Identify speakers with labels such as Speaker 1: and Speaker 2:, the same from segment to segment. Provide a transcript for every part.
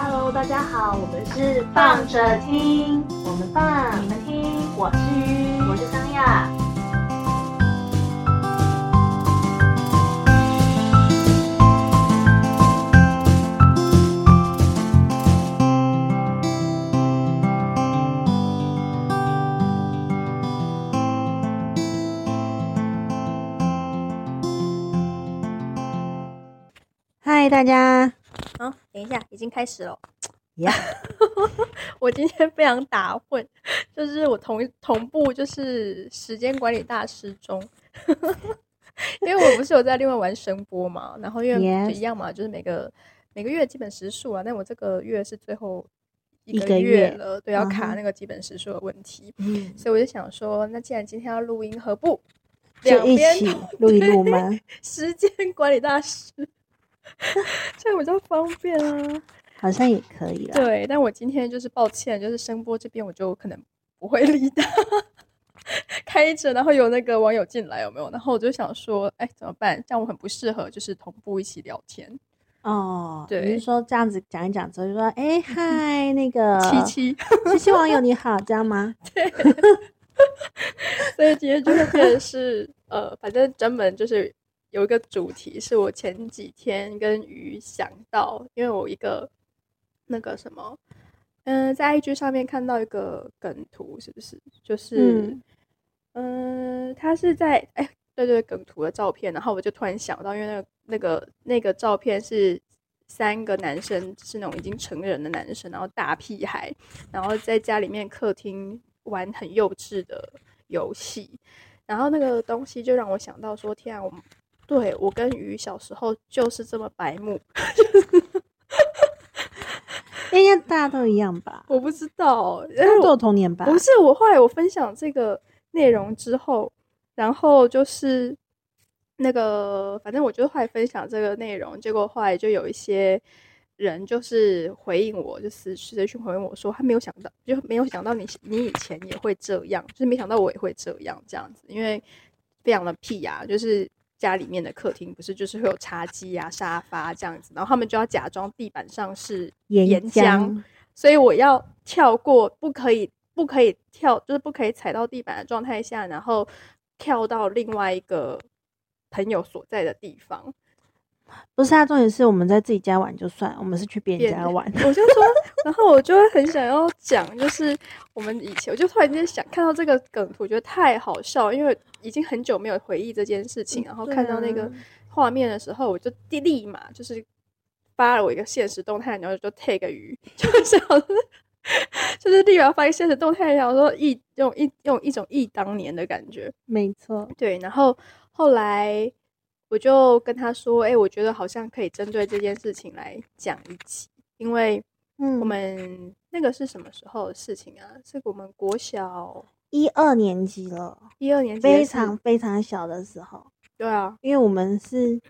Speaker 1: 好，我们
Speaker 2: 是放着听，
Speaker 1: 我们放，
Speaker 2: 你
Speaker 1: 你们
Speaker 2: 们听，
Speaker 1: 我是鱼，
Speaker 2: 我是桑亚。
Speaker 1: 嗨大家，
Speaker 2: 好，等一下，已经开始了。
Speaker 1: 呀
Speaker 2: 我今天非常打混，就是我同同步就是时间管理大师中， 因为我不是有在另外玩声波嘛，然后因为
Speaker 1: Yes
Speaker 2: 就一样嘛，就是每个每个月基本时数啊，但我这个月是最后
Speaker 1: 一
Speaker 2: 一
Speaker 1: 个
Speaker 2: 个
Speaker 1: 月
Speaker 2: 月了，对，要
Speaker 1: 嗯
Speaker 2: 卡
Speaker 1: 哼
Speaker 2: 那个基本时数的问题，
Speaker 1: 嗯，
Speaker 2: 所以我就想说，那既然今天要录音，何不
Speaker 1: 就一
Speaker 2: 边
Speaker 1: 起录一录吗？
Speaker 2: 时间管理大师， 这样比较方便啊。
Speaker 1: 好像也可以啦。
Speaker 2: 对，但我今天就是抱歉，就是声波这边我就可能不会理他， 开着，然后有那个网友进来有没有？然后我就想说，哎，怎么办？这样我很不适合，就是同步一起聊天。
Speaker 1: 哦，
Speaker 2: 对嗯
Speaker 1: 你是说这样子讲一讲之后就说，哎、嗨，那个
Speaker 2: 七七，
Speaker 1: 七七网友你好，这样吗？
Speaker 2: 所以今天就会变成是呃，反正专门就是有一个主题，是我前几天跟鱼想到，因为我一个那个什么，嗯、在 IG 上面看到一个梗图，是不是？就是
Speaker 1: 嗯，
Speaker 2: 嗯、他是在哎，对对，梗图的照片，然后我就突然想到，因为那个那个那个照片是。三个男生是那种已经成人的男生，然后大屁孩，然后在家里面客厅玩很幼稚的游戏，然后那个东西就让我想到说，天啊，我们对我跟鱼小时候就是这么白目，
Speaker 1: 应该哎大家都一样吧？
Speaker 2: 我不知道，
Speaker 1: 大
Speaker 2: 但
Speaker 1: 家
Speaker 2: 是
Speaker 1: 都
Speaker 2: 我
Speaker 1: 有童年吧？
Speaker 2: 呃不是我后来我分享这个内容之后，然后就是那个，反正我就后来分享这个内容，结果后来就有一些。人就是回应我，就私私讯回应我说，他没有想到，就没有想到你你以前也会这样，就是没想到我也会这样这样子，因为非常的屁呀、就是家里面的客厅不是就是会有茶几啊、沙发这样子，然后他们就要假装地板上是
Speaker 1: 岩
Speaker 2: 岩浆，
Speaker 1: 浆
Speaker 2: 所以我要跳过，不可以不可以跳，就是不可以踩到地板的状态下，然后跳到另外一个朋友所在的地方。
Speaker 1: 不是啊，重点是我们在自己家玩就算，我们是去别人
Speaker 2: 别
Speaker 1: 家
Speaker 2: 人
Speaker 1: 玩。
Speaker 2: 我就说，然后我就会很想要讲，就是我们以前，我就突然间想看到这个梗图，觉得太好笑，因为已经很久没有回忆这件事情，然后
Speaker 1: 对
Speaker 2: 看到那
Speaker 1: 啊
Speaker 2: 个画面的时候，我就立立马就是发了我一个现实动态，然后就 tag 鱼，就是想说 就是立马发一个现实动态，然后说忆用一用一种忆当年的感觉，
Speaker 1: 没错，
Speaker 2: 对，然后后来我就跟他说，哎、我觉得好像可以针对这件事情来讲一集，因为
Speaker 1: 嗯，
Speaker 2: 我们那个是什么时候的事情啊？是我们国小
Speaker 1: 一二年级了，
Speaker 2: 一二年级的
Speaker 1: 非
Speaker 2: 事
Speaker 1: 常非常小的时候，
Speaker 2: 对啊，
Speaker 1: 因为我们是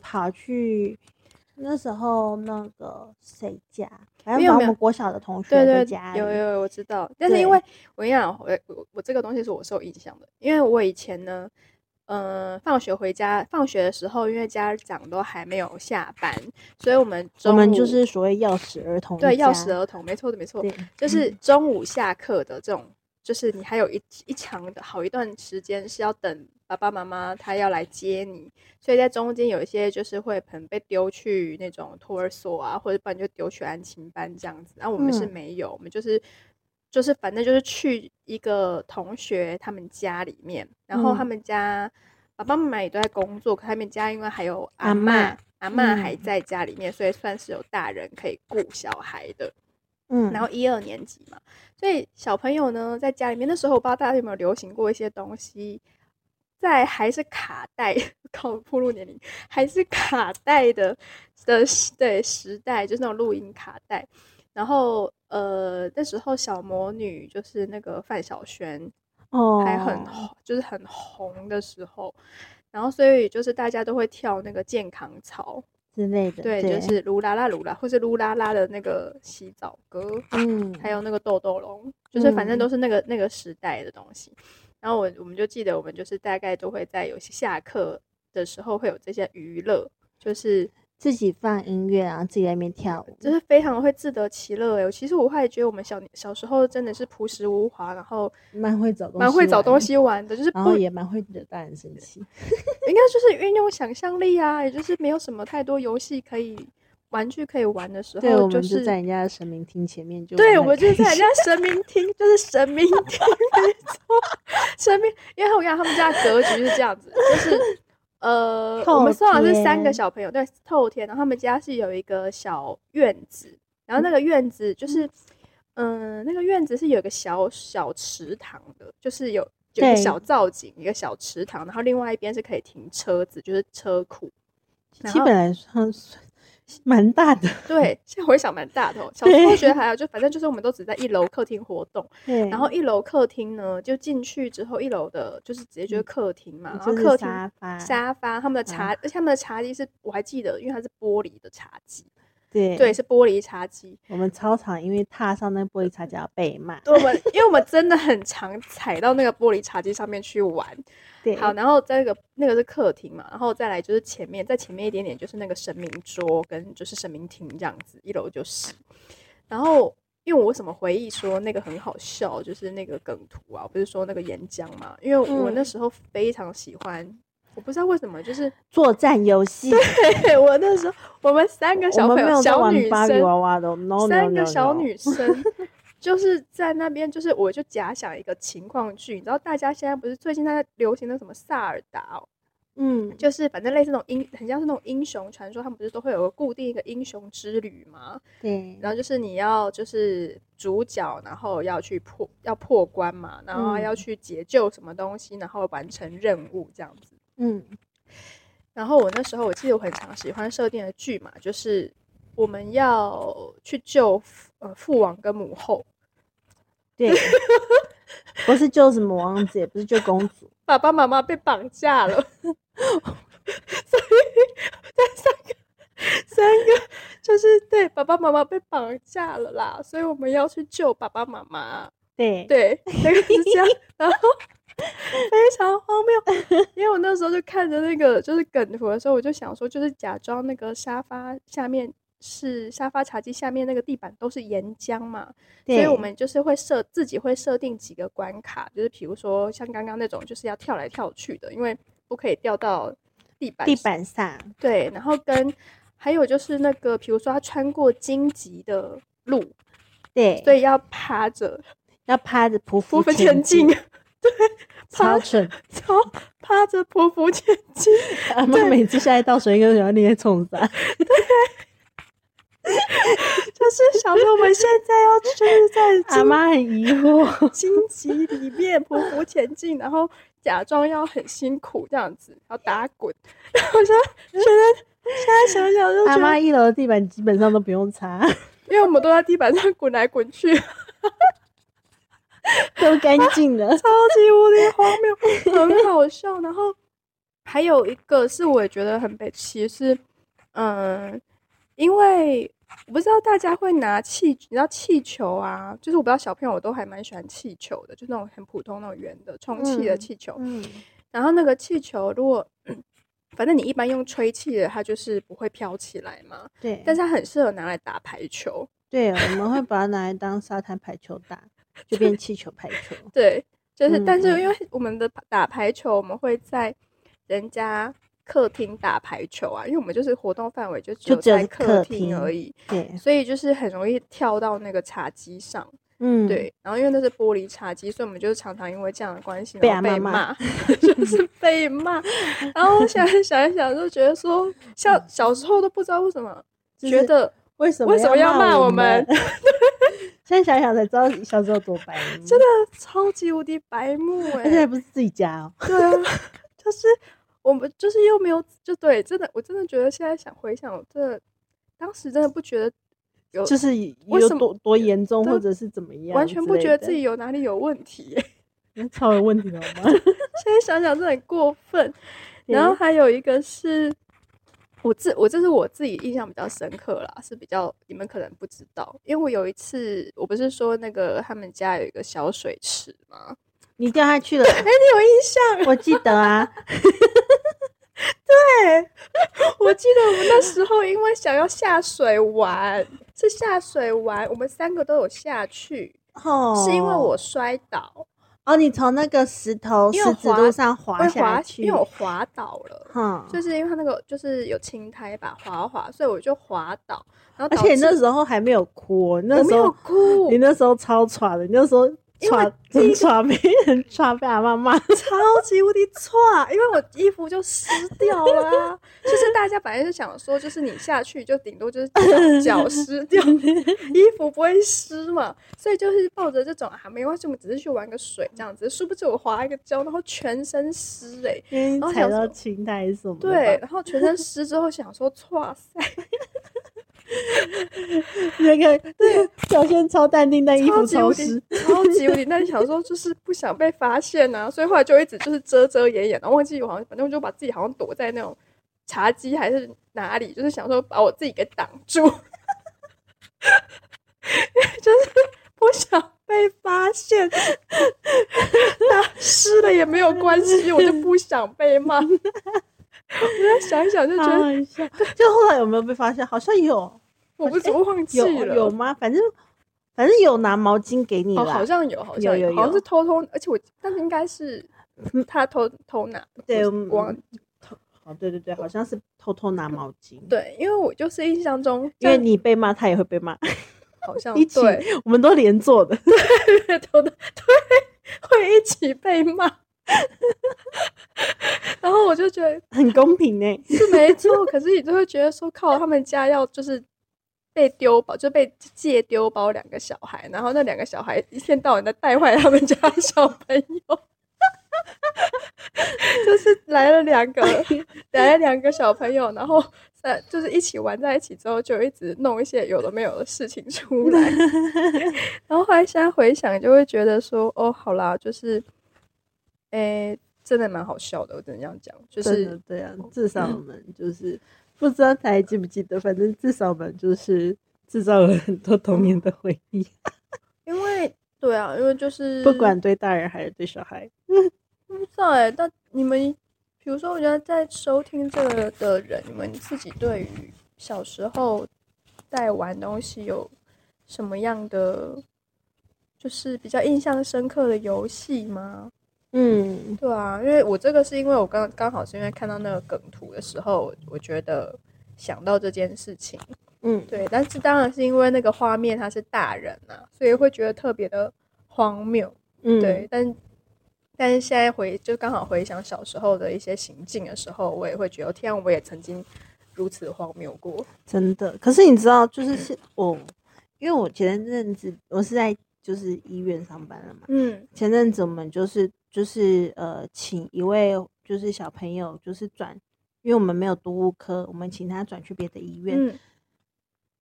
Speaker 1: 跑去那时候那个谁家，反正
Speaker 2: 没有
Speaker 1: 把我
Speaker 2: 没有
Speaker 1: 们国小的同学
Speaker 2: 对
Speaker 1: 在
Speaker 2: 对
Speaker 1: 家，
Speaker 2: 有
Speaker 1: 里
Speaker 2: 有有我知道，但是因
Speaker 1: 对
Speaker 2: 为我跟你讲，我我我这个东西是我是有印象的，因为我以前呢，嗯、放学回家，放学的时候，因为家长都还没有下班，所以我们
Speaker 1: 我
Speaker 2: 中
Speaker 1: 们就
Speaker 2: 午
Speaker 1: 是所谓钥匙儿童一家，
Speaker 2: 对钥匙儿童，没错的没错，
Speaker 1: 对，
Speaker 2: 就是中午下课的这种，就是你还有一一长的好一段时间是要等爸爸妈妈他要来接你，所以在中间有一些就是会可能被丢去那种托儿所啊，或者不然就丢去安亲班这样子。啊然、后我们是
Speaker 1: 嗯
Speaker 2: 没有，我们就是就是反正就是去一个同学他们家里面，然后他
Speaker 1: 嗯
Speaker 2: 们家、爸爸妈妈也都在工作，可他们家因为还有
Speaker 1: 阿
Speaker 2: 阿
Speaker 1: 嬷
Speaker 2: 嬷，阿嬷还
Speaker 1: 嗯
Speaker 2: 在家里面，所以算是有大人可以顾小孩的。
Speaker 1: 嗯，
Speaker 2: 然后一二年级嘛，所以小朋友呢在家里面，那时候我不知道大家有没有流行过一些东西，在还是卡带，靠铺路年龄还是卡带的的时对时代，就是那种录音卡带。然后呃那时候小魔女就是那个范晓萱，
Speaker 1: 哦，
Speaker 2: 还很红就是很红的时候，然后所以就是大家都会跳那个健康操，
Speaker 1: 之类的，
Speaker 2: 对，就是噜啦啦噜啦，或是噜啦啦的那个洗澡歌。
Speaker 1: 嗯，
Speaker 2: 还有那个豆豆龙，就是反正
Speaker 1: 嗯
Speaker 2: 都是那个那个时代的东西。然后我我们就记得，我们就是大概都会在有些下课的时候会有这些娱乐，就是
Speaker 1: 自己放音乐啊，自己在那边跳舞，
Speaker 2: 就是非常会自得其乐哎、其实我后来觉得我们小小时候真的是朴实无华，然后
Speaker 1: 蛮会找东西，
Speaker 2: 蛮会找东，西玩的，就是
Speaker 1: 然
Speaker 2: 不
Speaker 1: 后
Speaker 2: 应
Speaker 1: 也蛮会惹大人生气。
Speaker 2: 该就是运用想象力啊，也就是没有什么太多游戏可以玩具可以玩的时
Speaker 1: 对，我
Speaker 2: 候，
Speaker 1: 们
Speaker 2: 是
Speaker 1: 就在人家的神明厅前面就
Speaker 2: 对，
Speaker 1: 玩
Speaker 2: 我
Speaker 1: 得很
Speaker 2: 们就是在
Speaker 1: 开
Speaker 2: 人
Speaker 1: 心
Speaker 2: 家神明厅，就是神明厅，没错， 神明，因为我跟你讲，他们家的格局是这样子，就是 呃，我
Speaker 1: 透
Speaker 2: 们虽然是三个
Speaker 1: 天
Speaker 2: 小朋友，对，透天，然后他们家是有一个小院子，然后那个院子就是，嗯、那个院子是有一个小小池塘的，就是有。有一个
Speaker 1: 对
Speaker 2: 小造景，一个小池塘，然后另外一边是可以停车子，就是车库。然
Speaker 1: 基
Speaker 2: 后
Speaker 1: 本来算算蛮大的，
Speaker 2: 对，现在回想蛮大的、哦。小时候
Speaker 1: 对
Speaker 2: 觉得还好，就反正就是我们都只在一楼客厅活动，
Speaker 1: 对，
Speaker 2: 然后一楼客厅呢，就进去之后，一楼的就是直接就是客厅嘛，然后
Speaker 1: 嗯就是
Speaker 2: 客厅
Speaker 1: 沙发，嗯
Speaker 2: 沙发，他们的茶，而且他们的茶几是我还记得，因为它是玻璃的茶几，
Speaker 1: 对
Speaker 2: 对，，是玻璃茶几。
Speaker 1: 我们操场因为踏上那玻璃擦脚被骂，
Speaker 2: 对，我们因为我们真的很常踩到那个玻璃茶几上面去玩。
Speaker 1: 对，
Speaker 2: 好，然后在那个那个是客厅嘛，然后再来就是前面，在前面一点点就是那个神明桌跟就是神明厅这样子，一楼就是。然后，因为我为什么回忆说那个很好笑，就是那个梗图啊，我不是说那个岩浆嘛，因为我那
Speaker 1: 嗯
Speaker 2: 时候非常喜欢，我不知道为什么，就是
Speaker 1: 作战游戏，
Speaker 2: 对我那时候我们三个小
Speaker 1: 我们
Speaker 2: 朋
Speaker 1: 没
Speaker 2: 友
Speaker 1: 有在
Speaker 2: 小
Speaker 1: 玩
Speaker 2: 女
Speaker 1: 芭比
Speaker 2: 生
Speaker 1: 娃娃的，no no no，
Speaker 2: 三个
Speaker 1: no，
Speaker 2: 小
Speaker 1: no
Speaker 2: 女生， 就是在那边，就是我就假想一个情况剧，你知道大家现在不是最近在流行的什么萨尔达哦，
Speaker 1: 嗯，
Speaker 2: 就是反正类似那种英，很像是那种英雄传说，他们不是都会有个固定一个英雄之旅吗？
Speaker 1: 对，
Speaker 2: 然后就是你要就是主角，然后要去破要破关嘛，然后要
Speaker 1: 嗯
Speaker 2: 去解救什么东西，然后完成任务这样子。
Speaker 1: 嗯，
Speaker 2: 然后我那时候我记得我很常喜欢设定的剧嘛，就是我们要去救父呃父王跟母后，
Speaker 1: 对，不是救什么王子，也不是救公主，
Speaker 2: 爸爸妈妈被绑架了， 所以在三个三个就是对爸爸妈妈被绑架了啦，所以我们要去救爸爸妈妈。
Speaker 1: 对，
Speaker 2: 对，那个是这样，然后非常荒谬，因为我那时候就看着那个就是梗图的时候，我就想说，就是假装那个沙发下面是沙发茶几下面那个地板都是岩浆嘛，所以
Speaker 1: 对
Speaker 2: 我们就是会设自己会设定几个关卡，就是比如说像刚刚那种就是要跳来跳去的，因为不可以掉到地板
Speaker 1: 地
Speaker 2: 上
Speaker 1: 板上，
Speaker 2: 对，然后跟还有就是那个比如说他穿过荆棘的路，
Speaker 1: 对，
Speaker 2: 所以要趴着。
Speaker 1: 要趴着匍
Speaker 2: 匍匐
Speaker 1: 匐
Speaker 2: 前进，
Speaker 1: 进，
Speaker 2: 对，趴
Speaker 1: 超蠢，
Speaker 2: 超趴着匍匐前进，
Speaker 1: 阿妈每次下一道水跟小你在冲啥？
Speaker 2: 就是想说我们现在要就是在
Speaker 1: 阿
Speaker 2: 荆
Speaker 1: 妈很疑惑，
Speaker 2: 荆棘里面匍匐前进，然后假装要很辛苦这样子，要打滚。 我说觉得现在想想就
Speaker 1: 阿
Speaker 2: 觉
Speaker 1: 妈
Speaker 2: 得，
Speaker 1: 一楼的地板基本上都不用擦，
Speaker 2: 因为我们都在地板上滚来滚去，
Speaker 1: 都干净 了。
Speaker 2: 超级无敌荒谬，很好笑。然后还有一个是我也觉得很北齐是，嗯，因为我不知道大家会拿气，你知道气球啊，就是我不知道小朋友我都还蛮喜欢气球的，就那种很普通那种圆的充气的
Speaker 1: 嗯
Speaker 2: 气球。
Speaker 1: 嗯，
Speaker 2: 然后那个气球如果反正你一般用吹气的，它就是不会飘起来嘛，
Speaker 1: 对，
Speaker 2: 但是它很适合拿来打排球。
Speaker 1: 对，我们会把它拿来当沙滩排球打，就变气球排 球。
Speaker 2: 对，就是，但是
Speaker 1: 嗯嗯
Speaker 2: 因为我们的打打排球，我们会在人家客厅打排球啊，因为我们就是活动范围就只
Speaker 1: 就
Speaker 2: 有
Speaker 1: 只有
Speaker 2: 在
Speaker 1: 是客
Speaker 2: 厅而已，
Speaker 1: 对，
Speaker 2: 所以就是很容易跳到那个茶几上。
Speaker 1: 嗯，，
Speaker 2: 对，然后因为那是玻璃茶几，所以我们就是常常因为这样的关系
Speaker 1: 被
Speaker 2: 然后
Speaker 1: 阿嬷
Speaker 2: 被骂
Speaker 1: 骂，
Speaker 2: 就是被骂。然后我想一想一想，就觉得说，像小时候都不知道为什么。
Speaker 1: 嗯就
Speaker 2: 觉
Speaker 1: 是
Speaker 2: 得
Speaker 1: 为什
Speaker 2: 为什么要骂
Speaker 1: 骂
Speaker 2: 我
Speaker 1: 们
Speaker 2: 们？
Speaker 1: 现在想想才知道小时候多白目，真的，
Speaker 2: 超级无敌白目 哎、
Speaker 1: 而且还不是自己家哦。
Speaker 2: 对啊，就是我们就是又没有就对，真的，我真的觉得现在想回想，我真的当时真的不觉得有，
Speaker 1: 就是
Speaker 2: 为
Speaker 1: 有
Speaker 2: 什么
Speaker 1: 多多严重，
Speaker 2: 对
Speaker 1: 或者是怎么样，
Speaker 2: 完全不觉得自己有哪里有问题、
Speaker 1: 超有问题好吗？
Speaker 2: 现在想想真的很过分。然
Speaker 1: 嗯
Speaker 2: 后还有一个是我自我这是我自己印象比较深刻啦，是比较你们可能不知道，因为我有一次我不是说那个他们家有一个小水池吗？
Speaker 1: 你掉下去了，
Speaker 2: 哎、你有印象？
Speaker 1: 我记得啊，
Speaker 2: 对，我我记得我们那时候因为想要下水玩，是下水玩，我们三个都有下去，
Speaker 1: 哦，
Speaker 2: 是因为我摔倒，
Speaker 1: 哦，你从那个石头
Speaker 2: 因
Speaker 1: 石
Speaker 2: 为我
Speaker 1: 子路
Speaker 2: 滑
Speaker 1: 上
Speaker 2: 我
Speaker 1: 滑下
Speaker 2: 滑，
Speaker 1: 去，
Speaker 2: 因为我滑倒了。
Speaker 1: 哼，
Speaker 2: 就是因为它那个就是有青苔吧，滑滑，所以我就滑倒，然后
Speaker 1: 而
Speaker 2: 导
Speaker 1: 且你那
Speaker 2: 致
Speaker 1: 时候还没有哭哦，你那
Speaker 2: 我
Speaker 1: 时
Speaker 2: 没有
Speaker 1: 候
Speaker 2: 哭
Speaker 1: 你，那时候超喘的，你那时候
Speaker 2: 因为
Speaker 1: 喘
Speaker 2: 第一 个
Speaker 1: 喘被人喘被阿妈骂，
Speaker 2: 超级无敌差，因为我衣服就湿掉 啦、就是大家本来就想说，就是你下去就顶多就是脚脚湿 掉，衣服不会湿嘛，所以就是抱着这种啊，没关系，我们只是去玩个水这样子。殊不知我滑一个跤，然后全身湿哎、
Speaker 1: 因为你
Speaker 2: 然后
Speaker 1: 踩
Speaker 2: 想
Speaker 1: 到
Speaker 2: 说
Speaker 1: 青苔什么的
Speaker 2: 对，
Speaker 1: 吧，
Speaker 2: 然后全身湿之后想说， 哇塞，
Speaker 1: 那个对啊表现超淡定，但衣
Speaker 2: 超
Speaker 1: 服
Speaker 2: 级无
Speaker 1: 超
Speaker 2: 敌
Speaker 1: 湿，，
Speaker 2: 超级无敌。但是想说就是不想被发现啊，所以后来就一直就是遮遮掩掩，然后忘记我好像反正我就把自己好像躲在那种茶几还是哪里，就是想说把我自己给挡住， 就是不想被发现。那湿了也没有关系，我就不想被骂。 我现在想一想就觉
Speaker 1: 好
Speaker 2: 得
Speaker 1: 好笑。就后来有没有被发现？好像有
Speaker 2: 我不怎么忘记
Speaker 1: 哎有
Speaker 2: 了，
Speaker 1: 有吗？反正反正有拿毛巾给你
Speaker 2: 哦，
Speaker 1: 啦
Speaker 2: 好，像有，好像
Speaker 1: 有有
Speaker 2: 好像
Speaker 1: 有嗯
Speaker 2: 是偷偷，而且我但是应该是他偷偷拿的，
Speaker 1: 对，
Speaker 2: 我
Speaker 1: 嗯
Speaker 2: 忘
Speaker 1: 哦，对对对，好像是偷偷拿毛巾，，
Speaker 2: 对，因为我就是印象中，
Speaker 1: 因为
Speaker 2: 这样
Speaker 1: 你被骂，他也会被骂，
Speaker 2: 好像
Speaker 1: 一起
Speaker 2: 对
Speaker 1: 我们都连坐的。
Speaker 2: 偷的对 会一起被骂， 然后我就觉得
Speaker 1: 很公平呢、
Speaker 2: 是没错，可是你就会觉得说靠，他们家要就是。被丢包就被借丢包两个小孩，然后那两个小孩一天到晚的带坏他们家的小朋友， 就是来了两个，来了两个小朋友，然后在就是一起玩在一起之后，就一直弄一些有的没有的事情出 来。然后后来现在回想，就会觉得说，哦，好啦，就是，诶，真的蛮好笑的，我只能这样讲，就
Speaker 1: 真的
Speaker 2: 是
Speaker 1: 对啊，至少我们就是不知道他还记不记得，反正至少我们就是制造了很多童年的回忆，
Speaker 2: 因为对啊，因为就是
Speaker 1: 不管对大人还是对小孩。
Speaker 2: 不知道哎，但你们比如说，我觉得在收听这个的人，你们自己对于小时候在玩东西有什么样的，就是比较印象深刻的游戏吗？
Speaker 1: 嗯，
Speaker 2: 对啊，因为我这个是因为我刚刚好是因为看到那个梗图的时候，我觉得想到这件事情。
Speaker 1: 嗯，
Speaker 2: 对，但是当然是因为那个画面他是大人啊，所以会觉得特别的荒谬。
Speaker 1: 嗯，
Speaker 2: 对，，但但是现在回就刚好回想小时候的一些行径的时候，我也会觉得天啊，我也曾经如此荒谬过。
Speaker 1: 真的。可是你知道，
Speaker 2: 嗯
Speaker 1: 就是是我，因为我前阵子我是在就是医院上班了嘛，
Speaker 2: 嗯
Speaker 1: 前阵子我们就是就是呃，请一位就是小朋友就是转，因为我们没有毒物科，我们请他转去别的医院。
Speaker 2: 嗯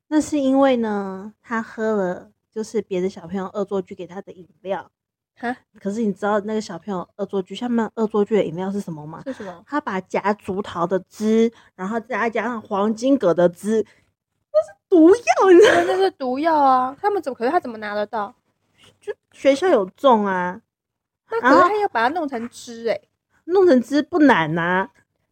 Speaker 1: 那是因为呢，他喝了就是别的小朋友恶作剧给他的饮料。
Speaker 2: 哈
Speaker 1: 可是你知道那个小朋友恶作剧，下面恶作剧的饮料是什么吗？
Speaker 2: 是什 么？
Speaker 1: 他把夹竹桃的汁，然后再加上黄金葛的汁，那是毒药，你知道？
Speaker 2: 那是毒药啊！他们怎么？可是他怎么拿得到？
Speaker 1: 就学校有种啊，
Speaker 2: 那可
Speaker 1: 然
Speaker 2: 是
Speaker 1: 后
Speaker 2: 他要把它弄成汁哎、
Speaker 1: 弄成汁不难呐、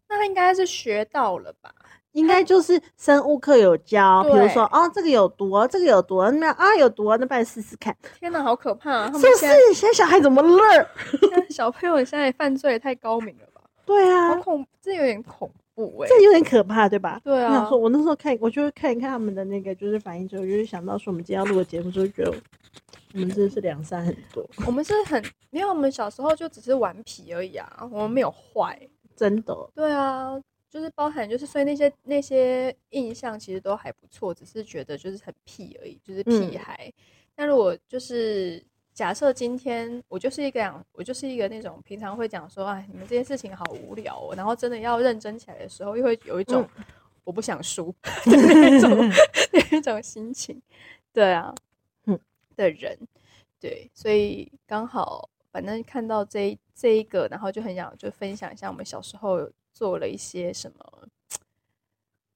Speaker 2: 那他应该是学到了吧？
Speaker 1: 应 该就是生物课有教，比如说哦，这个有毒哦，这个有毒哦，那啊有毒哦，那不然试试看。
Speaker 2: 天哪，好可怕、啊！他
Speaker 1: 是
Speaker 2: 们
Speaker 1: 不
Speaker 2: 现在
Speaker 1: 是现在小孩怎么乐儿？
Speaker 2: 现在 小朋友现在犯罪也太高明了吧？
Speaker 1: 对啊，
Speaker 2: 好恐，这有点恐怖哎、
Speaker 1: 这有点可怕，对吧？
Speaker 2: 对
Speaker 1: 我想
Speaker 2: 啊
Speaker 1: 说，，我那时候看，我就看一看他们的那个就是反应之后，就是想到说我们今天要录的节目，就觉得我们真的是良善很多，
Speaker 2: 我们是很，因为我们小时候就只是顽皮而已啊，我们没有坏。
Speaker 1: 真的。
Speaker 2: 对啊，就是包含就是，所以那些那些印象其实都还不错，只是觉得就是很屁而已，就是屁
Speaker 1: 嗯
Speaker 2: 孩。那、如果就是假设今天我就是一个讲，我就是一个那种平常会讲说，哎，你们这些事情好无聊哦，然后真的要认真起来的时候，又会有一种、我不想输 的那种 那种心情。对啊，
Speaker 1: 嗯，
Speaker 2: 的人，对，所以刚好反正看到这一这一个，然后就很想就分享一下我们小时候有做了一些什么，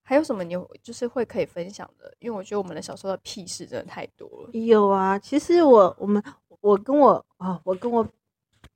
Speaker 2: 还有什么你有就是会可以分享的，因为我觉得我们的小时候的屁事真的太多了。
Speaker 1: 哦有啊，其实我我们我跟我啊、我跟我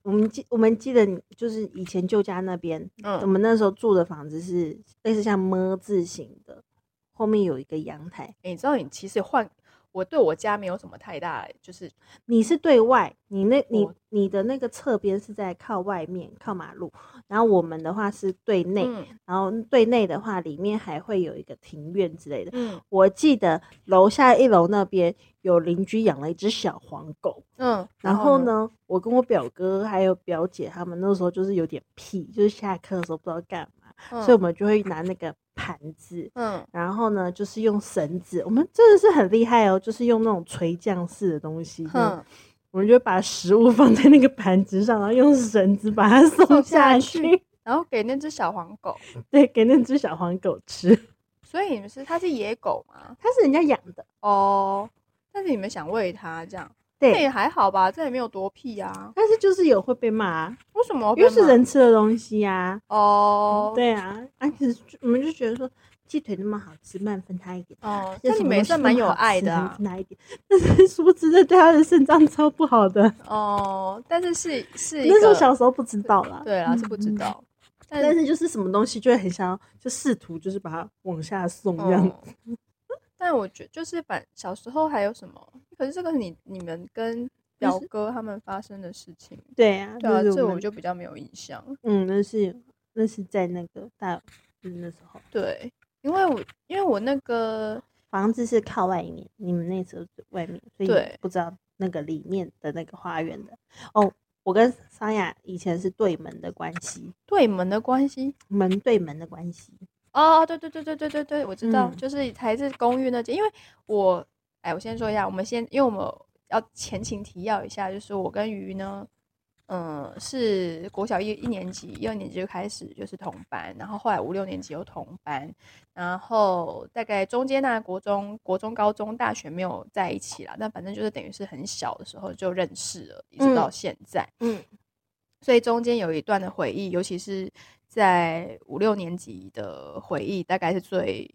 Speaker 1: 我们记我们记得你就是以前旧家那边，我
Speaker 2: 嗯
Speaker 1: 们那时候住的房子是类似像么字形的，后面有一个阳台。
Speaker 2: 诶你知道你其实换我对我家没有什么太大，就是
Speaker 1: 你是对外，你那你
Speaker 2: 我
Speaker 1: 你的那个侧边是在靠外面靠马路，然后我们的话是对内，
Speaker 2: 嗯
Speaker 1: 然后对内的话里面还会有一个庭院之类的。
Speaker 2: 嗯
Speaker 1: 我记得楼下一楼那边有邻居养了一只小黄狗，
Speaker 2: 嗯，
Speaker 1: 然后？呢，我跟我表哥还有表姐他们那时候就是有点屁，就是下课的时候不知道干嘛，所以我
Speaker 2: 嗯
Speaker 1: 们就会拿那个盘子，
Speaker 2: 嗯
Speaker 1: 然后呢就是用绳子，我们真的是很厉害哦，就是用那种垂降式的东西，
Speaker 2: 哼，
Speaker 1: 我们就把食物放在那个盘子上，然后用绳子把它送
Speaker 2: 送
Speaker 1: 下
Speaker 2: 下
Speaker 1: 去，
Speaker 2: 去然后给那只小黄狗，
Speaker 1: 对，给那只小黄狗吃。
Speaker 2: 所以你们是它是野狗吗？
Speaker 1: 它是人家养的，
Speaker 2: 哦，但是你们想喂它这样，那也
Speaker 1: 对，
Speaker 2: 还好吧，这也没有多屁啊。
Speaker 1: 但是就是有会被骂、啊，
Speaker 2: 为什么会
Speaker 1: 因为
Speaker 2: 被
Speaker 1: 是
Speaker 2: 骂
Speaker 1: 人吃的东西呀、
Speaker 2: 哦，，
Speaker 1: 对啊，啊，其实就我们就觉得说鸡腿那么好吃，慢分他一点。
Speaker 2: 哦，
Speaker 1: 有
Speaker 2: 那
Speaker 1: 什
Speaker 2: 你
Speaker 1: 么
Speaker 2: 们
Speaker 1: 东
Speaker 2: 也
Speaker 1: 西
Speaker 2: 算蛮
Speaker 1: 么
Speaker 2: 有
Speaker 1: 好
Speaker 2: 爱
Speaker 1: 吃
Speaker 2: 的
Speaker 1: 能
Speaker 2: 啊。
Speaker 1: 拿一点，但是殊不知这对他的肾脏超不好的。
Speaker 2: 哦，但是是是 一
Speaker 1: 那时候
Speaker 2: 个
Speaker 1: 小时候不知道啦，
Speaker 2: 对啦，是不知
Speaker 1: 嗯。
Speaker 2: 道，但
Speaker 1: 但是就是什么东西就会很想要，就试图就是把它往下送这样。
Speaker 2: 嗯但我觉得就是反小时候还有什么？可是这个是你你们跟表
Speaker 1: 是
Speaker 2: 哥他们发生的事情，
Speaker 1: 对啊，
Speaker 2: 对啊，
Speaker 1: 就是
Speaker 2: 这
Speaker 1: 我
Speaker 2: 我
Speaker 1: 们
Speaker 2: 就比较没有印象。
Speaker 1: 嗯，那是那是在那个大就是那时候，
Speaker 2: 对，因为我因为我那个
Speaker 1: 房子是靠外面，你们那时候是外面，所以
Speaker 2: 对
Speaker 1: 不知道那个里面的那个花园的。哦，我跟桑雅以前是对门的关系，
Speaker 2: 对门的关系，
Speaker 1: 门对门的关系。
Speaker 2: 哦，对对对对对对对，我知道，
Speaker 1: 嗯
Speaker 2: 就是还是公寓那间，因为我，哎，我先说一下，我们先，因为我们要前情提要一下，就是我跟鱼呢，嗯，是国小一一年级、一二年级就开始就是同班，然后后来五六年级又同班，然后大概中间那国中、国中、高中、大学没有在一起啦，但反正就是等于是很小的时候就认识了，一直
Speaker 1: 嗯
Speaker 2: 到现在。
Speaker 1: 嗯，
Speaker 2: 所以中间有一段的回忆，尤其是在五六年级的回忆，大概是最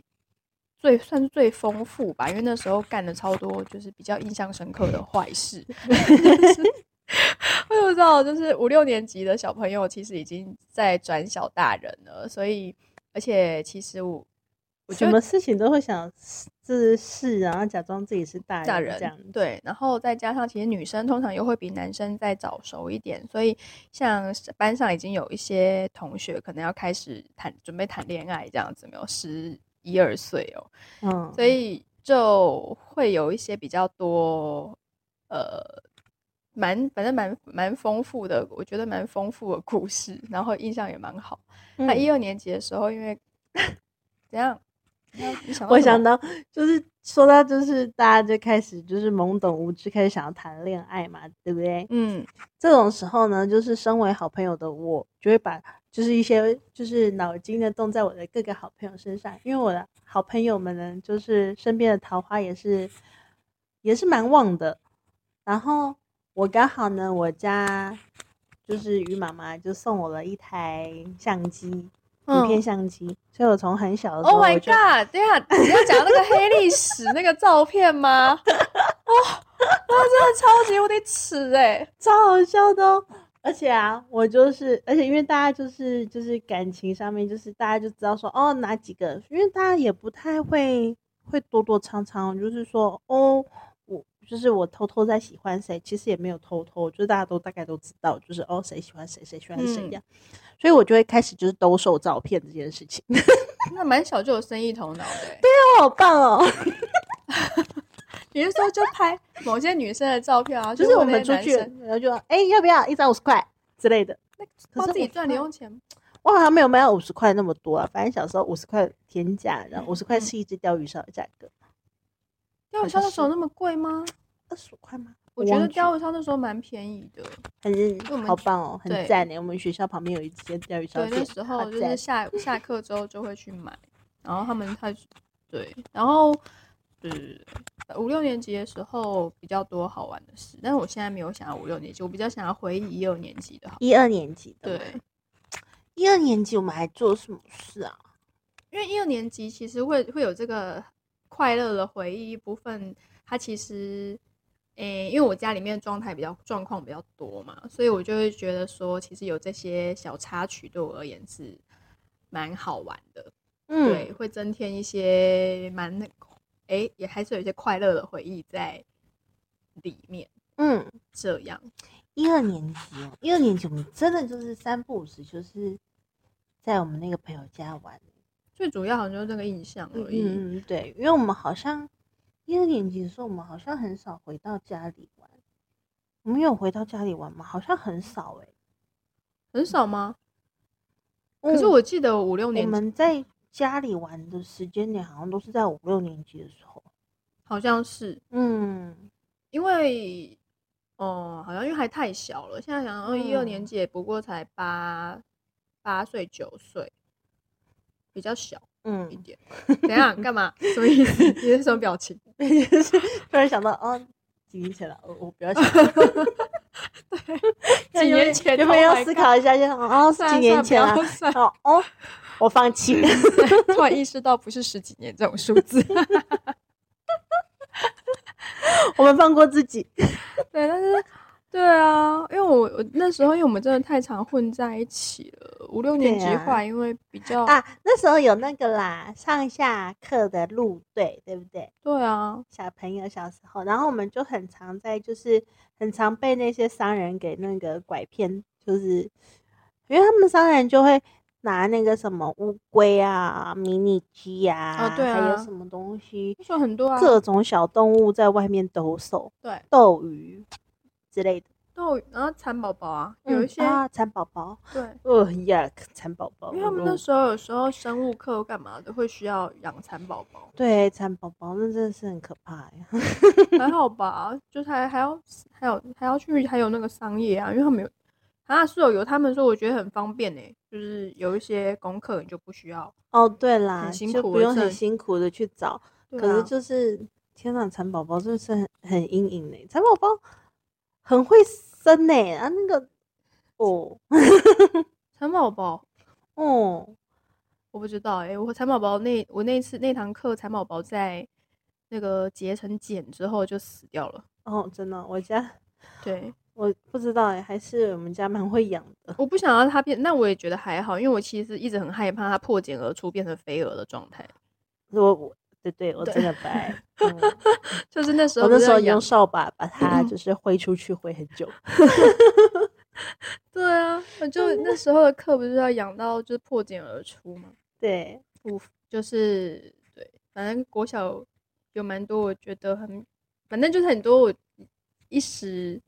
Speaker 2: 最算是最丰富吧，因为那时候干了超多就是比较印象深刻的坏事。我也不知道，就是五六年级的小朋友其实已经在转小大人了，所以而且其实我我觉
Speaker 1: 什
Speaker 2: 得
Speaker 1: 么事情都会想自是，然后假装自己是大
Speaker 2: 大
Speaker 1: 人这样
Speaker 2: 人。对，然后再加上其实女生通常又会比男生再早熟一点，所以像是班上已经有一些同学可能要开始谈准备谈恋爱这样子，没有十一二岁哦，
Speaker 1: 嗯，
Speaker 2: 所以就会有一些比较多呃。蛮，反正蛮蛮丰富的，我觉得蛮丰富的故事，然后印象也蛮好。那
Speaker 1: 嗯
Speaker 2: 一二年级的时候，因为怎样？你要你想到
Speaker 1: 我
Speaker 2: 什么
Speaker 1: 想到就是说到就是大家就开始就是懵懂无知，开始想要谈恋爱嘛，对不对？
Speaker 2: 嗯，
Speaker 1: 这种时候呢，就是身为好朋友的我，就会把就是一些就是脑筋的动在我的各个好朋友身上，因为我的好朋友们呢，就是身边的桃花也是也是蛮旺的。然后我刚好呢，我家就是于妈妈就送我了一台相机，影片
Speaker 2: 嗯
Speaker 1: 相机，所以我从很小的时候
Speaker 2: Oh
Speaker 1: 我
Speaker 2: my
Speaker 1: 就
Speaker 2: god！等一下，你要讲那个黑历史那个照片吗？哦，哇，真的超级无敌耻哎！
Speaker 1: 超好笑的、哦。而且啊，我就是，而且因为大家就是就是感情上面，就是大家就知道说哦哪几个，因为大家也不太会会躲躲藏藏，就是说哦我就是我偷偷在喜欢谁，其实也没有偷偷，就是大家都大概都知道，就是哦谁喜欢谁，谁喜欢谁
Speaker 2: 嗯
Speaker 1: 这样，所以我就会开始就是兜售照片这件事情，
Speaker 2: 哦那蛮小就有生意头脑的欸。
Speaker 1: 好棒哦！
Speaker 2: 比如说，就拍某些女生的照片啊，
Speaker 1: 就是
Speaker 2: 问
Speaker 1: 我
Speaker 2: 那
Speaker 1: 们
Speaker 2: 些
Speaker 1: 出
Speaker 2: 男
Speaker 1: 去，
Speaker 2: 生
Speaker 1: 然后就哎、要不要一张五十块之类的，
Speaker 2: 那
Speaker 1: 可
Speaker 2: 帮
Speaker 1: 是
Speaker 2: 自己
Speaker 1: 我
Speaker 2: 赚
Speaker 1: 发
Speaker 2: 零用钱。
Speaker 1: 我好像没有卖到五十块那么多啊，反正小时候五十块天价，然后五十块
Speaker 2: 嗯
Speaker 1: 是一只鲷鱼烧的价格，
Speaker 2: 钓鱼烧那时候那么贵吗？
Speaker 1: 二十五块吗？
Speaker 2: 我觉
Speaker 1: 忘
Speaker 2: 得
Speaker 1: 记
Speaker 2: 钓鱼烧那时候蛮便宜的。
Speaker 1: 反
Speaker 2: 我
Speaker 1: 正
Speaker 2: 们
Speaker 1: 好棒哦，很
Speaker 2: 对
Speaker 1: 赞呢。我们学校旁边有一间鲷鱼烧
Speaker 2: 对，
Speaker 1: 店，
Speaker 2: 那时
Speaker 1: 好
Speaker 2: 候就
Speaker 1: 赞
Speaker 2: 是下下课之后就会去买，然后他们他对，然后就是呃五六年级的时候比较多好玩的事，但是我现在没有想要五六年级，我比较想要回忆一二年级的好。
Speaker 1: 一二年级的，
Speaker 2: 对，，
Speaker 1: 一二年级我们还做什么事啊？
Speaker 2: 因为一二年级其实会会有这个快乐的回忆一部分，它其实。诶、因为我家里面状态比较状况比较多嘛，所以我就会觉得说，其实有这些小插曲对我而言是蛮好玩的，
Speaker 1: 嗯，
Speaker 2: 对，会增添一些蛮那诶、也还是有一些快乐的回忆在里面。
Speaker 1: 嗯，
Speaker 2: 这样，
Speaker 1: 一二年级哦，一二年级我们真的就是三不五时就是在我们那个朋友家玩。
Speaker 2: 最主要好像就是这个印象
Speaker 1: 嗯
Speaker 2: 而已。
Speaker 1: 嗯嗯，对，因为我们好像一二年级的时候，我们好像很少回到家里玩。我们有回到家里玩吗？好像很少哎、
Speaker 2: 很少吗？
Speaker 1: 欸。
Speaker 2: 可是
Speaker 1: 嗯
Speaker 2: 我记得五六
Speaker 1: 我
Speaker 2: 年级
Speaker 1: 们在家里玩的时间点，好像都是在五六年级的时候。
Speaker 2: 好像是
Speaker 1: 嗯，
Speaker 2: 因为，哦、好像因为还太小了。现在想想，一二年
Speaker 1: 嗯
Speaker 2: 级也不过才八八岁九岁，比较小一
Speaker 1: 嗯，
Speaker 2: 点。怎样？干嘛？什么意思？你是什么表情？
Speaker 1: 突然想到，哦，几年前了，我我不要想 了
Speaker 2: 几年前
Speaker 1: 有没
Speaker 2: Oh
Speaker 1: 有
Speaker 2: my
Speaker 1: 思考一下？就想哦，是
Speaker 2: 算
Speaker 1: 几
Speaker 2: 了
Speaker 1: 年前
Speaker 2: 算
Speaker 1: 啊
Speaker 2: 了不要？算了
Speaker 1: 哦哦，我放 弃。
Speaker 2: 突然意识到不是十几年这种数字。
Speaker 1: 我们放过自己。
Speaker 2: 对，但是对啊，因为我我那时候因为我们真的太常混在一起了，五六年级
Speaker 1: 对啊
Speaker 2: 后来因为比较
Speaker 1: 啊，那时候有那个啦，上下课的路队，对不对？
Speaker 2: 对啊，
Speaker 1: 小朋友小时候，然后我们就很常在，就是很常被那些商人给那个拐骗，就是因为他们商人就会拿那个什么乌龟啊、迷你鸡啊，
Speaker 2: 对
Speaker 1: 还有
Speaker 2: 啊
Speaker 1: 什么东西，
Speaker 2: 那时候很多啊，
Speaker 1: 各种小动物在外面兜售，
Speaker 2: 对
Speaker 1: 斗鱼之类的。
Speaker 2: 斗鱼，然后蚕宝宝啊，有一
Speaker 1: 嗯
Speaker 2: 些、
Speaker 1: 啊，蚕宝宝，
Speaker 2: 对，
Speaker 1: 呃，yuck，蚕宝宝，
Speaker 2: 因为他
Speaker 1: 嗯，
Speaker 2: 们那时候有时候生物课干嘛的会需要养蚕宝宝
Speaker 1: 对蚕宝宝那真的是很可怕呀。
Speaker 2: 还好吧，就是还还要还有还要去还有那个商业啊，因为他们有啊室友有他们说我觉得很方便呢、就是有一些功课你就不需要，
Speaker 1: 哦，对啦，
Speaker 2: 辛
Speaker 1: 就
Speaker 2: 苦
Speaker 1: 不
Speaker 2: 了
Speaker 1: 用很
Speaker 2: 这
Speaker 1: 辛苦的去找，
Speaker 2: 对
Speaker 1: 可是
Speaker 2: 啊
Speaker 1: 就是天呐，蚕宝宝真的是很很阴影呢、欸蚕宝宝很会生呢、啊，那个 哦
Speaker 2: 蚕宝宝
Speaker 1: 哦，
Speaker 2: 我不知道哎、我蚕宝宝那我那次那堂课蚕宝宝在那个结成茧之后就死掉了。
Speaker 1: 哦，真的，我家
Speaker 2: 对，
Speaker 1: 我不知道哎、还是我们家蛮会养的。
Speaker 2: 我不想要它变，那我也觉得还好，因为我其实一直很害怕它破茧而出变成飞蛾的状态。
Speaker 1: 我我对对，我
Speaker 2: 对
Speaker 1: 真的不 爱。嗯
Speaker 2: 就是那时候
Speaker 1: 我
Speaker 2: 不
Speaker 1: 哦那
Speaker 2: 是
Speaker 1: 时候
Speaker 2: 在养嗯
Speaker 1: 用扫把把它就是挥出去，挥很久。
Speaker 2: 对啊，我 就那时候的课不是要养到就是破茧而出嘛，
Speaker 1: 对，
Speaker 2: 就是对，反正国小有蛮多，我觉得很，反正就是很多我一时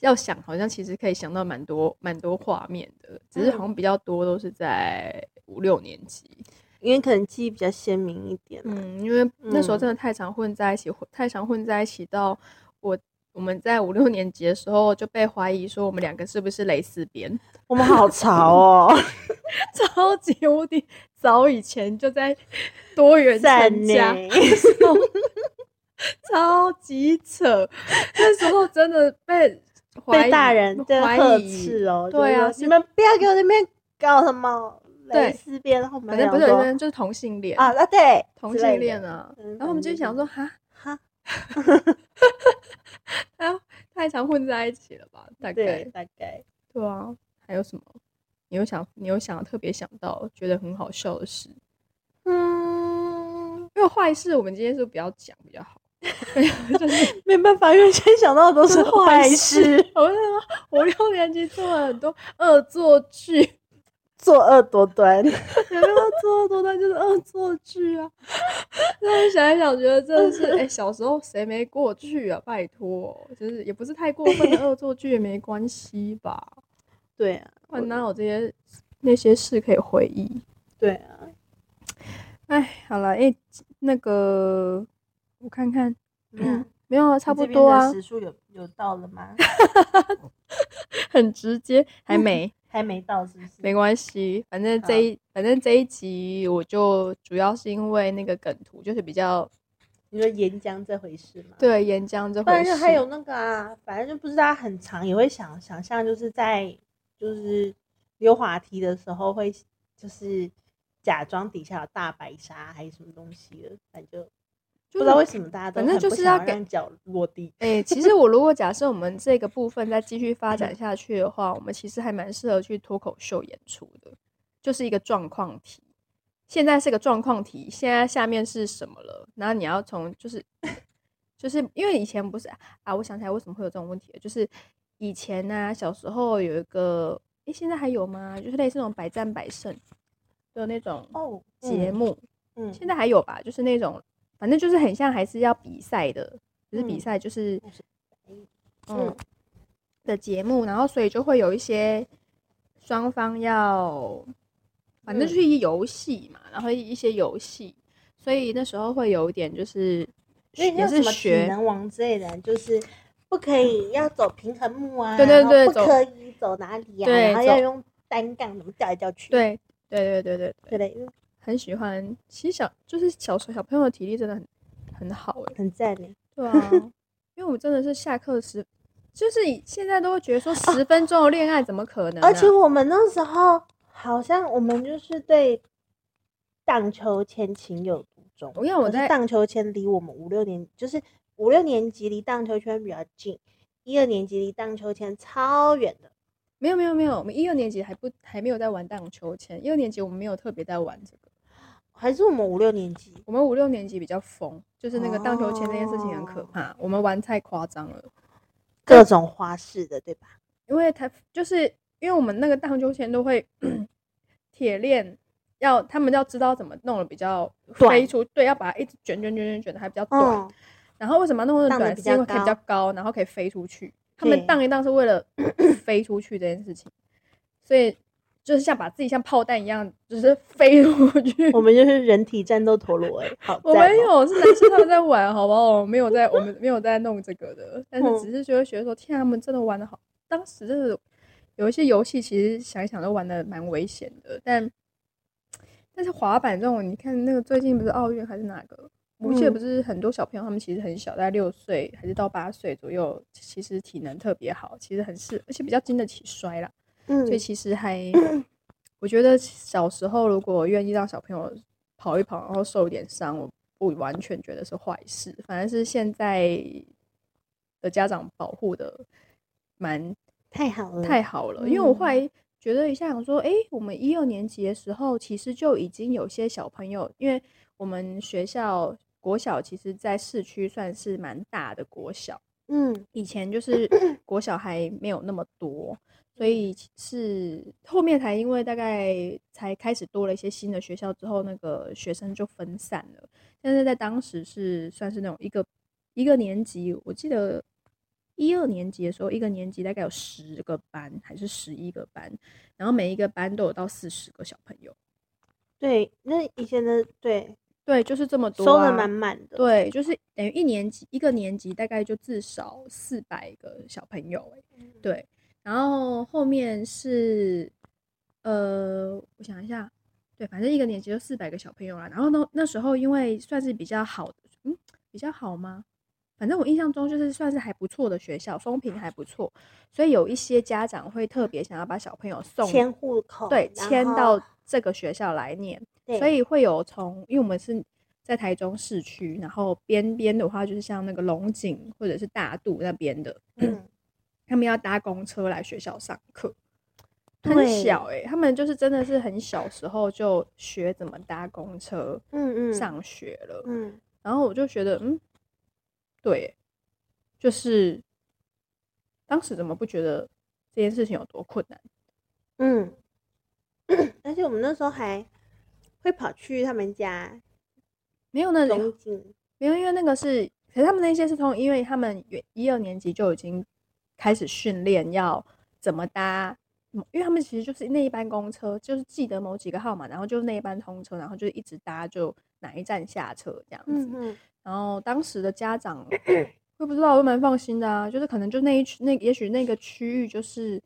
Speaker 2: 要想，好像其实可以想到蛮多蛮多画面的，只是好像比较多都是在五六年级，
Speaker 1: 因为可能记忆比较鲜明一点啊啦。
Speaker 2: 嗯，因为那时候真的太常混在一起，混太常混在一起到我。我们在五六年级的时候就被怀疑说我们两个是不是蕾丝边，
Speaker 1: 我们好潮哦，
Speaker 2: 超级无敌早以前就在多元
Speaker 1: 赞
Speaker 2: 成
Speaker 1: 呢。
Speaker 2: 家，超 超级扯。那时候真的被怀
Speaker 1: 被
Speaker 2: 疑
Speaker 1: 大人的
Speaker 2: 怀
Speaker 1: 呵
Speaker 2: 疑
Speaker 1: 斥哦，
Speaker 2: 对
Speaker 1: 就是
Speaker 2: 啊
Speaker 1: 说
Speaker 2: 是
Speaker 1: 你们不要给我那边搞什么蕾
Speaker 2: 对
Speaker 1: 丝边，然后我们
Speaker 2: 反正不
Speaker 1: 想
Speaker 2: 是有
Speaker 1: 说
Speaker 2: 些人就是同性恋
Speaker 1: 啊，啊，对，
Speaker 2: 同
Speaker 1: 之
Speaker 2: 性
Speaker 1: 类
Speaker 2: 恋
Speaker 1: 的，
Speaker 2: 啊。
Speaker 1: 嗯
Speaker 2: 然后我们就想说，哈，
Speaker 1: 哈，
Speaker 2: 啊，太常混在一起了吧？大
Speaker 1: 对
Speaker 2: 概，
Speaker 1: 大概
Speaker 2: 对啊。还有什么？你有想，你有想特别想到觉得很好笑的事？
Speaker 1: 嗯，
Speaker 2: 因为坏事我们今天是不要讲比较好， 啊就是
Speaker 1: 没办法，因为先想到的都是坏事，。
Speaker 2: 我跟你说，五六年级做了很多恶作剧，
Speaker 1: 作恶多 端，
Speaker 2: 有没有做多端就是恶作剧啊？ 那我想一想，觉得真的是，哎、小时候谁没过去啊？拜托，就是也不是太过分的恶作剧也没关系吧？
Speaker 1: 对啊，
Speaker 2: 不然哪有这些那些事可以回忆？
Speaker 1: 对啊，
Speaker 2: 哎，好了，哎、那个我看看，
Speaker 1: 嗯，
Speaker 2: 没有啊，差
Speaker 1: 你
Speaker 2: 不
Speaker 1: 这边
Speaker 2: 多
Speaker 1: 的
Speaker 2: 啊，
Speaker 1: 时数有有到了吗？
Speaker 2: 很直接，还没。
Speaker 1: 还没到，是不是？
Speaker 2: 没关系，反正
Speaker 1: 好
Speaker 2: 这一反正这一集我就主要是因为那个梗图，就是比较
Speaker 1: 你说岩浆这回事吗？。
Speaker 2: 对岩浆这
Speaker 1: 不
Speaker 2: 回
Speaker 1: 然就
Speaker 2: 事。
Speaker 1: 嗯还有那个啊，反正就不知道很长，也会想想象，就是在就是溜滑梯的时候会就是假装底下有大白鲨还是什么东西的，反正就不
Speaker 2: 就
Speaker 1: 知道为
Speaker 2: 是
Speaker 1: 什么大家都
Speaker 2: 反正
Speaker 1: 很
Speaker 2: 就
Speaker 1: 不
Speaker 2: 是
Speaker 1: 想
Speaker 2: 要
Speaker 1: 要
Speaker 2: 给
Speaker 1: 让脚落地。
Speaker 2: 哎、其实我如果假设我们这个部分再继续发展下去的话，我们其实还蛮适合去脱口秀演出的，就是一个状况题。现在是个状况题，现在下面是什么了？然后你要从就是就是因为以前不是啊，我想起来为什么会有这种问题了，就是以前呢、小时候有一个，哎、现在还有吗？就是类似那种百战百胜的那种
Speaker 1: 哦，
Speaker 2: 节
Speaker 1: 嗯
Speaker 2: 目，
Speaker 1: 嗯，
Speaker 2: 现在还有吧，就是那种，反正就是很像还是要比赛的，就是比
Speaker 1: 嗯
Speaker 2: 赛，就是
Speaker 1: 嗯
Speaker 2: 嗯的节目，然后所以就会有一些双方要，反
Speaker 1: 嗯
Speaker 2: 正就是一游戏嘛，然后一些游戏，所以那时候会有一点就是
Speaker 1: 因为
Speaker 2: 也
Speaker 1: 像什
Speaker 2: 是
Speaker 1: 么体
Speaker 2: 学嗯
Speaker 1: 能王之类的，就是不可以要走平衡木啊，
Speaker 2: 对对
Speaker 1: 然后
Speaker 2: 对
Speaker 1: 不
Speaker 2: 走
Speaker 1: 可以走哪里啊，
Speaker 2: 对
Speaker 1: 然后要
Speaker 2: 走
Speaker 1: 用单杠怎么吊来吊去，
Speaker 2: 对对对对对
Speaker 1: 对
Speaker 2: 对，
Speaker 1: 对，嗯
Speaker 2: 很喜欢。其实小就是小时候小朋友的体力真的很很好哎、
Speaker 1: 很赞嘞。
Speaker 2: 对啊，因为我真的是下课时，就是以现在都会觉得说十分钟的恋爱怎么可能、
Speaker 1: 哦
Speaker 2: 啊？
Speaker 1: 而且我们那时候好像我们就是对荡秋千情有独钟。
Speaker 2: 我跟你哦讲我
Speaker 1: 可是
Speaker 2: 在
Speaker 1: 荡秋千离我们五六年，就是五六年级离荡秋千比较近，一二年级离荡秋千超远的。
Speaker 2: 没有没有没有，我们一二年级还不还没有在玩荡秋千，一二年级我们没有特别在玩这个，
Speaker 1: 还是我们五六年级，
Speaker 2: 我们五六年级比较疯，就是那个荡秋千这件事情很可
Speaker 1: 哦
Speaker 2: 怕，我们玩太夸张了，
Speaker 1: 各种花式的，对吧？
Speaker 2: 因为它就是因为我们那个荡秋千都会 铁链。要他们要知道怎么弄的比较飞
Speaker 1: 短
Speaker 2: 出，对，要把它一直卷卷卷卷卷的还比较短，
Speaker 1: 嗯，
Speaker 2: 然后为什么要弄成
Speaker 1: 荡得
Speaker 2: 短？
Speaker 1: 比
Speaker 2: 是因
Speaker 1: 较
Speaker 2: 为可以比
Speaker 1: 高
Speaker 2: 较高，然后可以飞出去。他们
Speaker 1: 对
Speaker 2: 荡一荡是为了 飞出去这件事情，所以就是像把自己像炮弹一样，就是飞出去。
Speaker 1: 我们就是人体战斗陀螺、哎，好
Speaker 2: 我
Speaker 1: 赞
Speaker 2: 没
Speaker 1: 哦
Speaker 2: 有，是男生他们在玩，好不好？我没有在，我们没有在弄这个的，但
Speaker 1: 嗯
Speaker 2: 是只是觉得觉得说，天、啊，他们真的玩的好。当时真的有一些游戏，其实想一想都玩的蛮危险的，但但是滑板这种，你看那个最近不是奥运还是哪个？我记得
Speaker 1: 嗯
Speaker 2: 不是很多小朋友，他们其实很小，在六岁还是到八岁左右，其实体能特别好，其实很适，而且比较经得起摔啦。所以
Speaker 1: 嗯，
Speaker 2: 其实还，我觉得小时候如果愿意让小朋友跑一跑，然后受一点伤，我不完全觉得是坏事。反正是现在的家长保护的蛮
Speaker 1: 太好了，
Speaker 2: 太好了，因为我后
Speaker 1: 嗯
Speaker 2: 来觉得一下，想说，诶，我们一二年级的时候，其实就已经有些小朋友，因为我们学校国小其实在市区算是蛮大的国小。
Speaker 1: 嗯，
Speaker 2: 以前就是国小还没有那么多，所
Speaker 1: 嗯
Speaker 2: 以是后面才因为大概才开始多了一些新的学校之后，那个学生就分散了。但是在当时是算是那种一个一个年级，我记得一二年级的时候，一个年级大概有十个班还是十一个班，然后每一个班都有到四十个小朋友，
Speaker 1: 对，那以前的对
Speaker 2: 对，就是这么多、
Speaker 1: 收
Speaker 2: 啊，
Speaker 1: 的满满的，
Speaker 2: 对，就是等于一年级一个年级大概就至少四百个小朋友、欸，
Speaker 1: 嗯
Speaker 2: 对，然后后面是呃，我想一下，对，反正一个年级就四百个小朋友啦。然后呢，那时候因为算是比较好的，嗯，比较好吗？反正我印象中就是算是还不错的学校，风评还不错，所以有一些家长会特别想要把小朋友送
Speaker 1: 迁户口，
Speaker 2: 对
Speaker 1: 然
Speaker 2: 迁
Speaker 1: 后
Speaker 2: 到这个学校来念。
Speaker 1: 对
Speaker 2: 所以会有从，因为我们是在台中市区，然后边边的话就是像那个龙井或者是大肚那边的，
Speaker 1: 嗯
Speaker 2: 他们要搭公车来学校上课，很小诶、他们就是真的是很小时候就学怎么搭公车
Speaker 1: 嗯嗯
Speaker 2: 上学了，
Speaker 1: 嗯。
Speaker 2: 然后我就觉得嗯，对欸，就是当时怎么不觉得这件事情有多困难？
Speaker 1: 嗯， 而且我们那时候还会跑去他们家
Speaker 2: 没有那嗯里
Speaker 1: 中景，
Speaker 2: 没有，因为那个是，可是他们那些是从，因为他们原一二年级就已经开始训练要怎么搭，嗯因为他们其实就是那一班公车，就是记得某几个号码，然后就那一班通车，然后就一直搭就哪一站下车这样子。
Speaker 1: 嗯嗯，
Speaker 2: 然后当时的家长会不知道，我蛮放心的啊，就是可能就那一区，那也许那个区域就是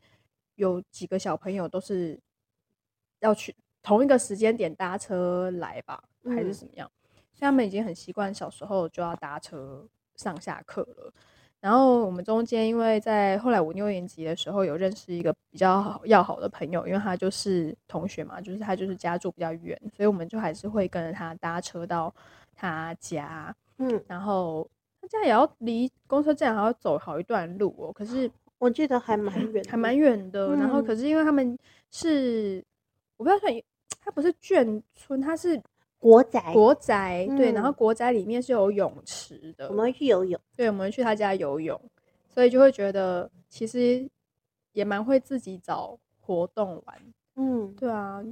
Speaker 2: 有几个小朋友都是要去同一个时间点搭车来吧，还是
Speaker 1: 嗯
Speaker 2: 怎么样，所以他们已经很习惯小时候就要搭车上下课了。然后我们中间，因为在后来五六年级的时候，有认识一个比较好要好的朋友，因为他就是同学嘛，就是他就是家住比较远，所以我们就还是会跟着他搭车到他家。
Speaker 1: 嗯，
Speaker 2: 然后他家也要离公车站还要走好一段路哦，可是
Speaker 1: 我记得还蛮远的，
Speaker 2: 还蛮远的。然后可
Speaker 1: 嗯
Speaker 2: 是因为他们是，我不知道算，它不是眷村，它是
Speaker 1: 国宅，
Speaker 2: 国宅，对，然后
Speaker 1: 嗯
Speaker 2: 国宅里面是有泳池的，
Speaker 1: 我们会去游泳，
Speaker 2: 对，我们去他家游泳，所以就会觉得其实也蛮会自己找活动玩。
Speaker 1: 嗯，
Speaker 2: 对啊，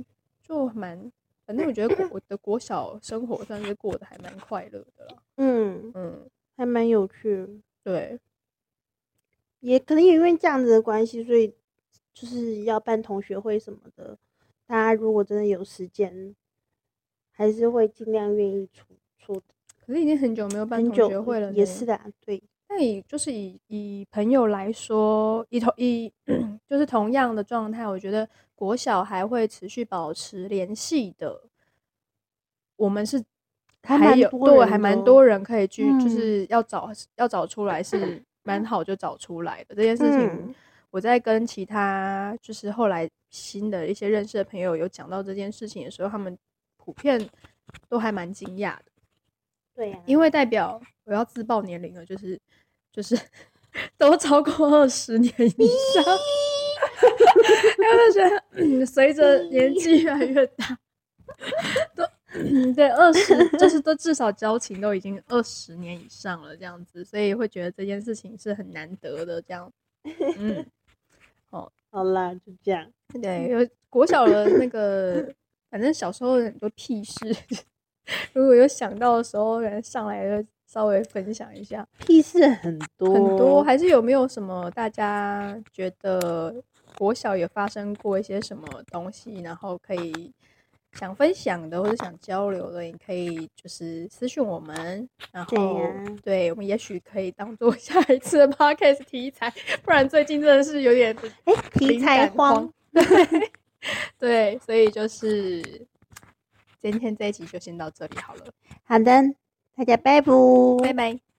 Speaker 2: 就蛮，反正我觉得国我的国小生活算是过得还蛮快乐的啦。
Speaker 1: 嗯，
Speaker 2: 嗯，
Speaker 1: 还蛮有趣的。
Speaker 2: 对，
Speaker 1: 也可能也因为这样子的关系，所以就是要办同学会什么的，大家如果真的有时间，还是会尽量愿意出出的。
Speaker 2: 可是已经很久没有办
Speaker 1: 很
Speaker 2: 同
Speaker 1: 久
Speaker 2: 学会了，
Speaker 1: 也是。啦，对，
Speaker 2: 那以就是以以朋友来说，以同以 就是同样的状态，我觉得国小还会持续保持联系的，我们是
Speaker 1: 还
Speaker 2: 还
Speaker 1: 蛮
Speaker 2: 有
Speaker 1: 多
Speaker 2: 对，
Speaker 1: 人
Speaker 2: 还
Speaker 1: 的
Speaker 2: 蛮
Speaker 1: 哦
Speaker 2: 多人可以去，就
Speaker 1: 嗯
Speaker 2: 是要找要找出来是蛮好就找出来的这件事情
Speaker 1: 嗯。
Speaker 2: 我在跟其他就是后来新的一些认识的朋友有讲到这件事情的时候，他们普遍都还蛮惊讶的。
Speaker 1: 对啊呀、
Speaker 2: 因为代表我要自爆年龄了，就是就是 都超过二十年以上， 因为我就觉得嗯随着年纪越来越大，都嗯对二十就是都至少交情都已经二十年以上了这样子，所以会觉得这件事情是很难得的这样，嗯。
Speaker 1: 好啦，就这样。
Speaker 2: 对，有国小的那个，反正小时候的很多屁事， 如果有想到的时候，人上来就稍微分享一下。
Speaker 1: 屁事很多
Speaker 2: 很多还是有没有什么大家觉得国小有发生过一些什么东西，然后可以想分享的或者想交流的，你可以就是私讯我们，然
Speaker 1: 对
Speaker 2: 后
Speaker 1: 呀
Speaker 2: 对我们也许可以当做 下一次的 podcast 题材，不然最近真的是有点
Speaker 1: 哎、题
Speaker 2: 灵
Speaker 1: 材
Speaker 2: 感
Speaker 1: 荒，，
Speaker 2: 对对，所以就是今天这一集就先到这里好了，
Speaker 1: 好的，大家拜拜，
Speaker 2: 拜拜。